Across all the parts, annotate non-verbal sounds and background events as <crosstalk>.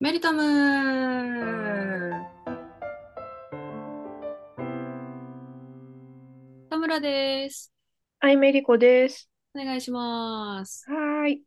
メリタム田村です。はい、メリコです。お願いします。はーい。い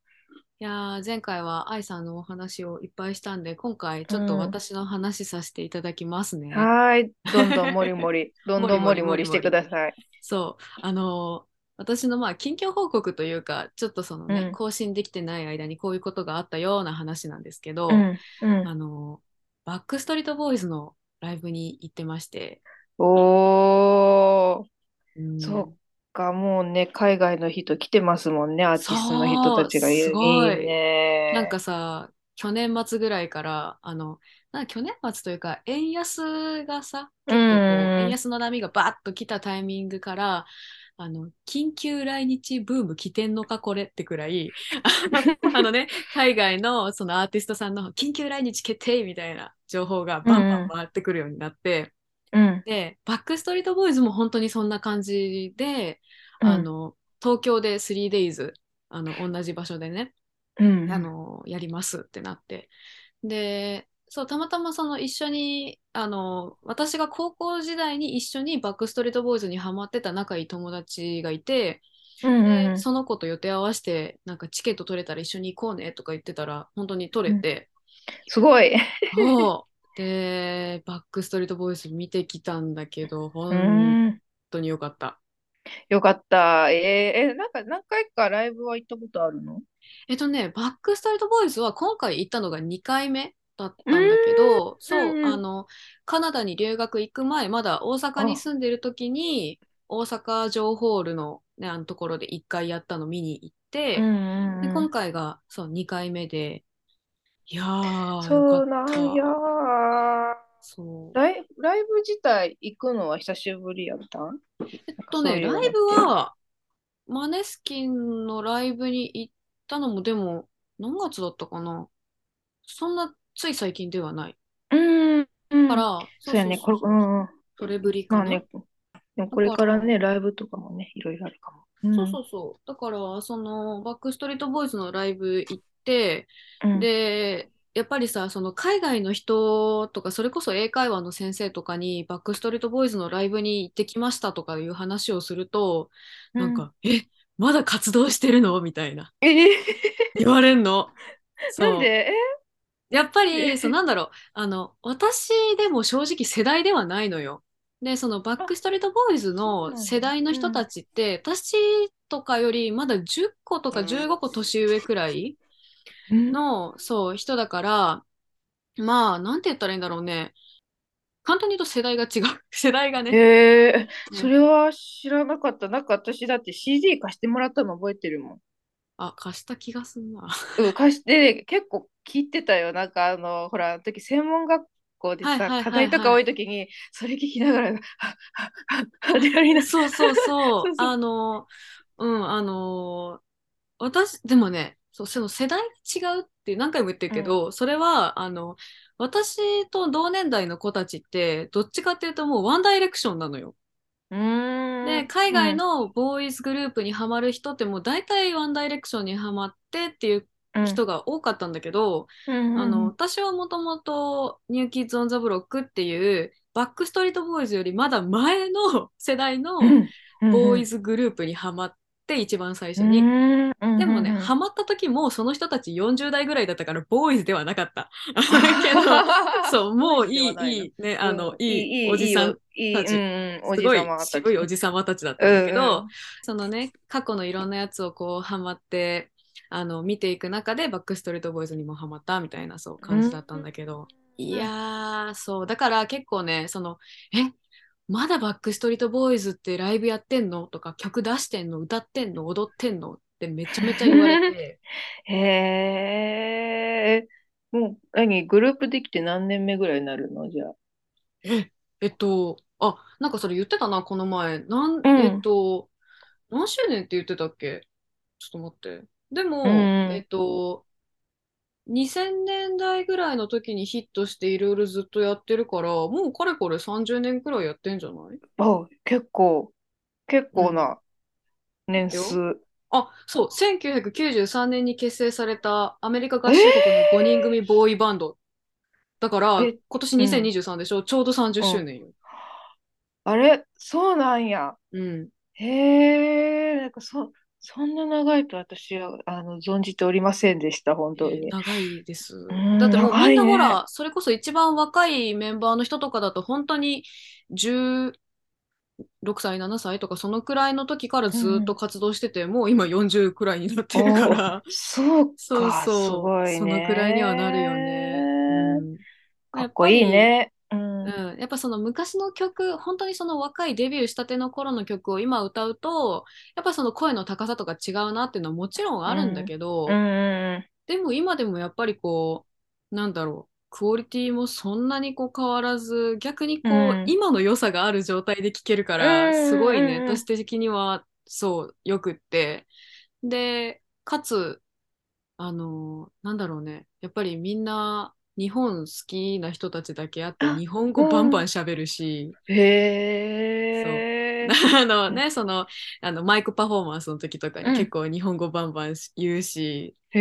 やー前回は愛さんのお話をいっぱいしたんで、今回ちょっとうん私の話させていただきますね。はーい。どんどんもりもり、どんどんもりもりしてください。そう、あのー私のまあ近況報告というか、ちょっとそのね、うん更新できてない間にこういうことがあったような話なんですけど、うん、うん。あのーバックストリートボーイズのライブに行ってまして、おー、うんそうか、もうね、海外の人来てますもんね、アーティストの人たちがいそうる。すごいいいね。なんかさ、去年末ぐらいから、あの、なんか去年末というか、円安がさ、うん、こうう円ん、安の波がバーッと来たタイミングから、あの、緊急来日ブーム来てんのかこれってくら <laughs> い、あのあのね、海外のそのアーティストさんの緊急来日決定みたいな情報がバンバン回ってくるようになって、うん、で、バックストリートボーイズも本当にそんな感じで、あの、東京で 3days、あの、同じ場所でね、うん、あのやりますってなってでそうたまたまその一緒にあの私が高校時代に一緒にバックストリートボーイズにハマってた仲いい友達がいて、うん、うん、でその子と予定合わせてなんかチケット取れたら一緒に行こうねとか言ってたら本当に取れて、すごい。そうでバックストリートボーイズ見てきたんだけどう本ん、当によかった。よかった。えー、え、なんか何回かライブは行ったことあるのえっとね、バックストリートボーイズは今回行ったのが2回目だったんだけど、そう、うんうんあの、カナダに留学行く前、まだ大阪に住んでる時に、大阪城ホールの、ね、あのところで1回やったの見に行って、んで、今回がそう2回目で、いやー、そうよかなっんた。やー。そう。ライ、ライブ自体行くのは久しぶりやったんえっとね、なんかそうラいうのイブは、マネスキンのライブに行ったのも、でも、何月だったかなそんな、つい最近ではない。うん、うんから、そうやね、これ、そううそうんうん。それぶりかまな。あね、でもこれからね、ライブとかもね、いろいろあるかも。うそうんそうそう。だから、その、バックストリートボーイズのライブ行って、うんで、やっぱりさ、その海外の人とか、それこそ英会話の先生とかに、バックストリートボーイズのライブに行ってきましたとかいう話をすると、なんか、え、まだ活動してるのみたいな。うんえ言われんの。そうなんでやっぱり、そうなんだろう、あの、私でも正直世代ではないのよ。で、そのバックストリートボーイズあそうなのんだ世代の人たちって、私とかよりまだ10個とか15個年上くらいえの、そう、人だから、まあ、なんて言ったらいいんだろうね。簡単に言うと世代が違う。 <laughs> 世代がね。えうー、んそれは知らなかった。なんか私だって CD 貸してもらったの覚えてるもん。あ、貸した気がすんな。うん、貸して、結構聞いてたよ。なんかあの、ほら、あの時専門学校ではいはいはいはさ、い課題とか多い時に、それ聞きながら、はっはっはっはってやりながらそうそうそうそうそう。あの、うん、あの、私、でもね、そう、その世代が違うって何回も言ってるけど、それは、あの、私と同年代の子たちって、どっちかっていうともうワンダイレクションなのよ。うーんで、海外のボーイズグループにハマる人ってもう大体ワンダイレクションにハマってっていう人が多かったんだけど、うん、あの、私はもともとニューキッズ・オン・ザ・ブロックっていうバックストリートボーイズよりまだ前の世代のうん、ボーイズズグループにハマって一番最初に、に。うんでもね、うんうんハマった時もその人たち40代ぐらいだったからボーイズではなか <laughs> った。けど、そそう、もうい、ボーイズでいい、ね、あはないいのの、いいいいおじさん、いいたちうんうんおすじごいさま、たちすごいおじさまたちだったんだけど、うんそのね、過去のいろんなやつをこう、ハマって、あの、見ていく中で、バックストリートボーイズにもハマったみたいな、そう、感じだったんだけど。いやー、そう。だから結構ね、その、え、まだバックストリートボーイズってライブやってんのとか、曲出してんの歌ってんの踊ってんのってめちゃめちゃ言われ <laughs> て、へえもう何グループできて何年目ぐらいになるのじゃあえっと、あ、なんかそれ言ってたな、この前。なん、んえっと、何周年って言ってたっけちょっと待って。でも、うんえっと、2000年代ぐらいの時にヒットしていろいろずっとやってるから、もうかれこれ30年くらいやってんじゃないあ結構結構な年数あ、そう、1993年に結成されたアメリカ合衆国の5人組ボーイバンドだからえ今年2023でしょ、ちょうど30周年よ。あれそうなんや。うん。へえ、なんかそ、そんな長いと私は、あの、存じておりませんでした、本当に。長いですん。だってもうみんな長いねほら、それこそ一番若いメンバーの人とかだと本当に16歳、7歳とかそのくらいの時からずっと活動してて、もう今40くらいになってるから。そうそうか、そうすごいそのくらいにはなるよね。ね。うんかっこいい。ね。うん。うん、やっぱその昔の曲本当にその若いデビューしたての頃の曲を今歌うとやっぱその声の高さとか違うなっていうのはもちろんあるんだけど、うんうんでも今でもやっぱりこうなんだろうクオリティもそんなにこう変わらず逆にこう、うん今の良さがある状態で聴けるから、うんすごいねうん私的にはそうよくってでかつあのなんだろうねやっぱりみんな日本好きな人たちだけあってあ日本語バンバン喋るし、うん。へえ。 <laughs> あのねそのあのマイクパフォーマンスの時とかに結構日本語バンバン言うし、へ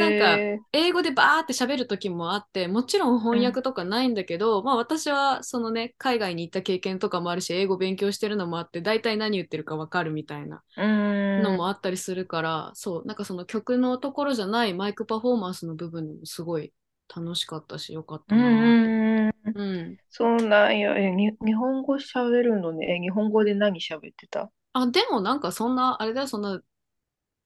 え。ねなん英語でバーって喋る時もあってもちろん翻訳とかないんだけど、まあ私はそのね海外に行った経験とかもあるし英語勉強してるのもあって大体何言ってるかわかるみたいなうん。のもあったりするから、そうなんかその曲のところじゃないマイクパフォーマンスの部分もすごい楽しかったしよかったうんなって、うんうん。うんそうなんや。え、に、日本語喋るのね。え、日本語で何喋ってたあでもなんかそんなあれだよそんな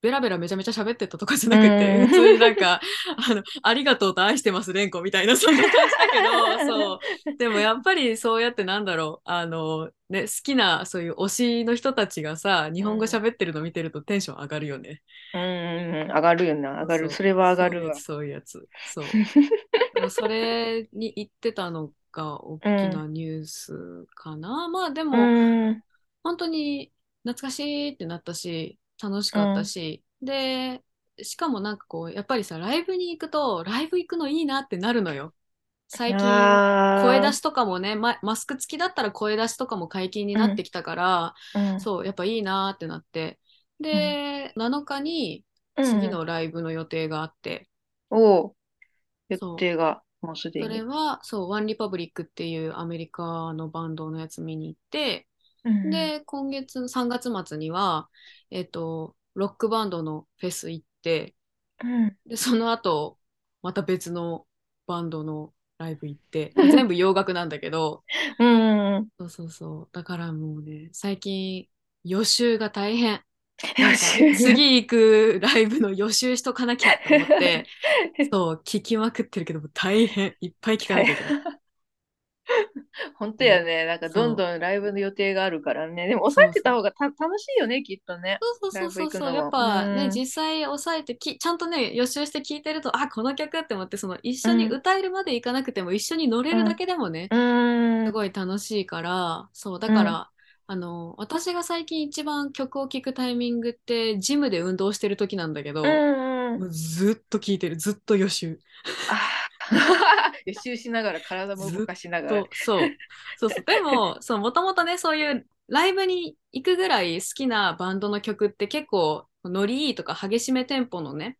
ベラベラめちゃめちゃ喋ってたとかじゃなくうて <laughs> ん普通になんか「あのありがとう」と「愛してます蓮子」みたいなそんな感じだけ <laughs> どそうでもやっぱりそうやってなんだろうあの、ね、好きなそういう推しの人たちがさ日本語喋ってるの見てるとテンション上がるよね。うんうんうん。上がるよな。上がる。うそれは上がるわ。そういうやつそういうやつそうそれに行ってたのが大きなニュースかな、まあでも、 <laughs> うん。本当に懐かしいってなったし楽しかったし、でしかもなんかこうやっぱりさライブに行くとライブ行くのいいなってなるのよ最近あー声出しとかもねまマスク付きだったら声出しとかも解禁になってきたから、うんそうやっぱいいなってなってで、7日にうん次のライブの予定があって、おう予そう定がもうすでそれに。はそうワンリパブリックっていうアメリカのバンドのやつ見に行って、うんで、今月3月末には、えっと、ロックバンドのフェス行って、うんで、その後、また別のバンドのライブ行って、全部洋楽なんだけど、うんうん。そうそうそう。だからもうね、最近、予習が大変。よし。次行くライブの予習しとかなきゃと思って、そう、聞きまくってるけど、大変。いっぱい聞かなきゃいけない。 <laughs> 本当やね。なんかどんどんライブの予定があるからね。でも抑えてた方がた楽しいよね、きっとね。そうそうそうそうそう、ライブ行くのもやっぱね、うん実際押さえてき、ちゃんとね、予習して聞いてると、あ、この曲って思って、その一緒にうん歌えるまでいかなくても、一緒に乗れるだけでもね、うん。すごい楽しいから、そう、だから、あの、私が最近一番曲を聴くタイミングって、ジムで運動してる時なんだけど、うんうんもうずっと聴いてる、ずっと予習。あー <laughs> 予習しながら体も動かしながらと。そうそうそうでもそうもともとねそういうライブに行くぐらい好きなバンドの曲って結構ノリいいとか激しめテンポのね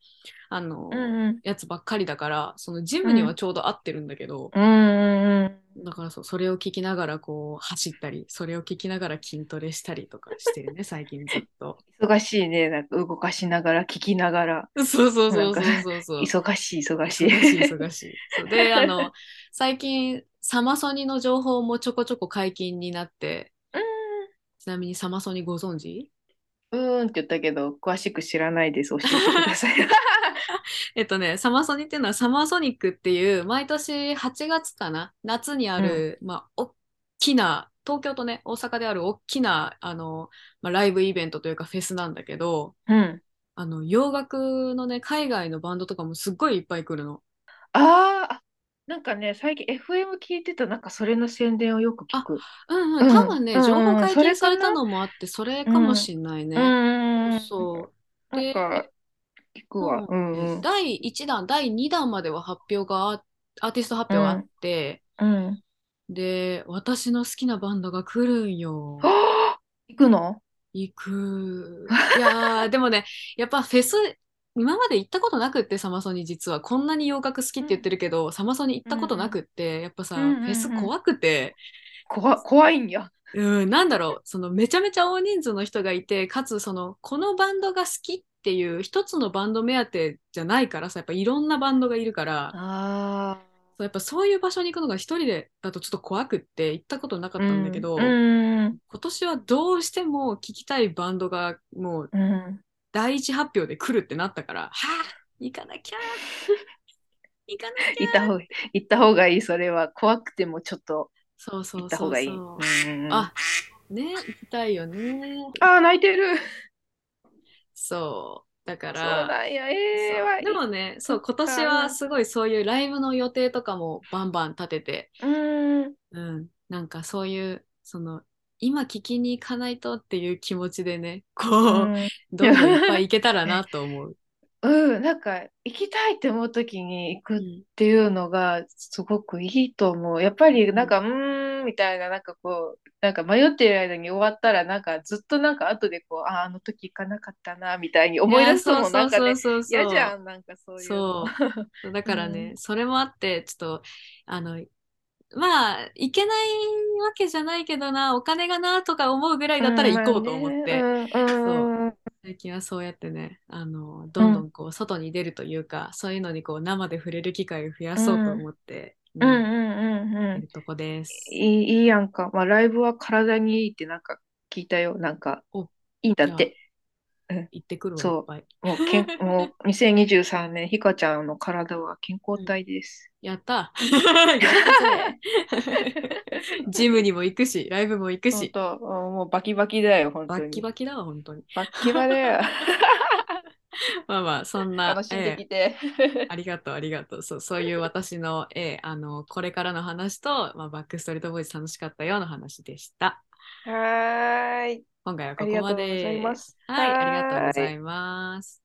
あの、うんうん。やつばっかりだからそのジムにはちょうど合ってるんだけど、うんうんうん。だからそうそれを聞きながらこう走ったりそれを聞きながら筋トレしたりとかして <laughs> るね最近ずっと。忙しいね。なんか動かしながら、聞きながら。そうそうそうそうそうそう。忙しい、忙しい。忙しい忙しい。そうであの最近サマソニの情報もちょこちょこ解禁になってちなみにサマソニご存知 <laughs> うん。うーんって言ったけど、詳しく知らないです。教えてください。えっとね、サマソニっていうのはサマーソニックっていう毎年8月かな夏にある、まあ、大きな東京とね大阪である大きなあの、まあ、ライブイベントというかフェスなんだけどうん。あの洋楽のね海外のバンドとかもすっごいいっぱい来るの。あーあ、なんかね、最近 FM 聞いてた、なんかそれの宣伝をよく聞く。うんううんん、多分ね、うんうん情報解それかな禁されたのもあってそれかもしんないね。うんうんそううでん。なんか、聞くそわ。ううんうん。第1弾第2弾までは発表があアーティスト発表があって。うん。で、私の好きなバンドが来るんよ。 <gasps> はあ行くの <laughs> 行く。いやー、でもね、やっぱフェス今まで行ったことなくってサマソニ実はこんなに洋楽好きって言ってるけど、サマソニ行ったことなくってやっぱさ、うんうんうんうんフェス怖くて、怖怖いんや。うん、なんだろうそのめちゃめちゃ大人数の人がいてかつそのこのバンドが好きっていう一つのバンド目当てじゃないからさやっぱいろんなバンドがいるからあそうやっぱそういう場所に行くのが一人でだとちょっと怖くって行ったことなかあったんだけど、うん。今年はどうしても聴きたいバンドがもううん。第一発表で来るってなったからはあ行かなきゃ行かなきゃ行った方が行った方がいい、それは。怖くてもちょっとそうそう行そうそうった方がいい。うんうんあね行きたいよねあー、泣いてる。そうだかそうらなんや。ええそうわいでもねそう今そっか年はすごいそういうライブの予定とかもバンバン立てて、うん。うん、なんかそういうその今聞きに行かないとっていう気持ちでねこう、うんどんどんいっぱい行けたらなと思う。うん、なんか行きたいって <laughs> 思う時に行くっていうのがすごくいいと思う。やっぱりなんか、うーん、みたいな、なんかこう、なんか迷ってる間に終わったら、なんかずっとなんか後でこう、あー、あの時行かなかったな、みたいに思い出すのもなんかね、そうそうそうそう嫌じゃん、なんかそういう <laughs> の。そう。だからね、うそれもあって、ちょっと、あの、まあ、行けないわけじゃないけどな、お金がなとか思うぐらいだったら行こうと思って、うんうんうん最近はそうやってね、あの、どんどんこう、外に出るというか、そういうのにこう、生で触れる機会を増やそうと思って、ううんんうんうんやっうてるとこです。ん。いい、いいやんか。まあ、ライブは体にいいってなんか聞いたよ。なんかお、いいんだって。行ってくるわ、そういっぱい。もうけん、も <laughs> う2023年、ひかちゃんの体は健康体です。や <laughs> ったやったぜ <laughs> ジムにも行くし、ライブも行く本し、当、うんもうバキバキだよ、本当バに。ッキバキだわ、本当に。バッキバだよ。まあまあ、そんな楽、しんでええきて。 <laughs> <laughs> ありがとう、ありがとう。そうそういう私の、ええあの、これからの話と、まあ、バックストリートボーイズ楽しかったよの話でした。はーい。今回はあこりこがとまうございで。ます。はい、はーいありがとうございます。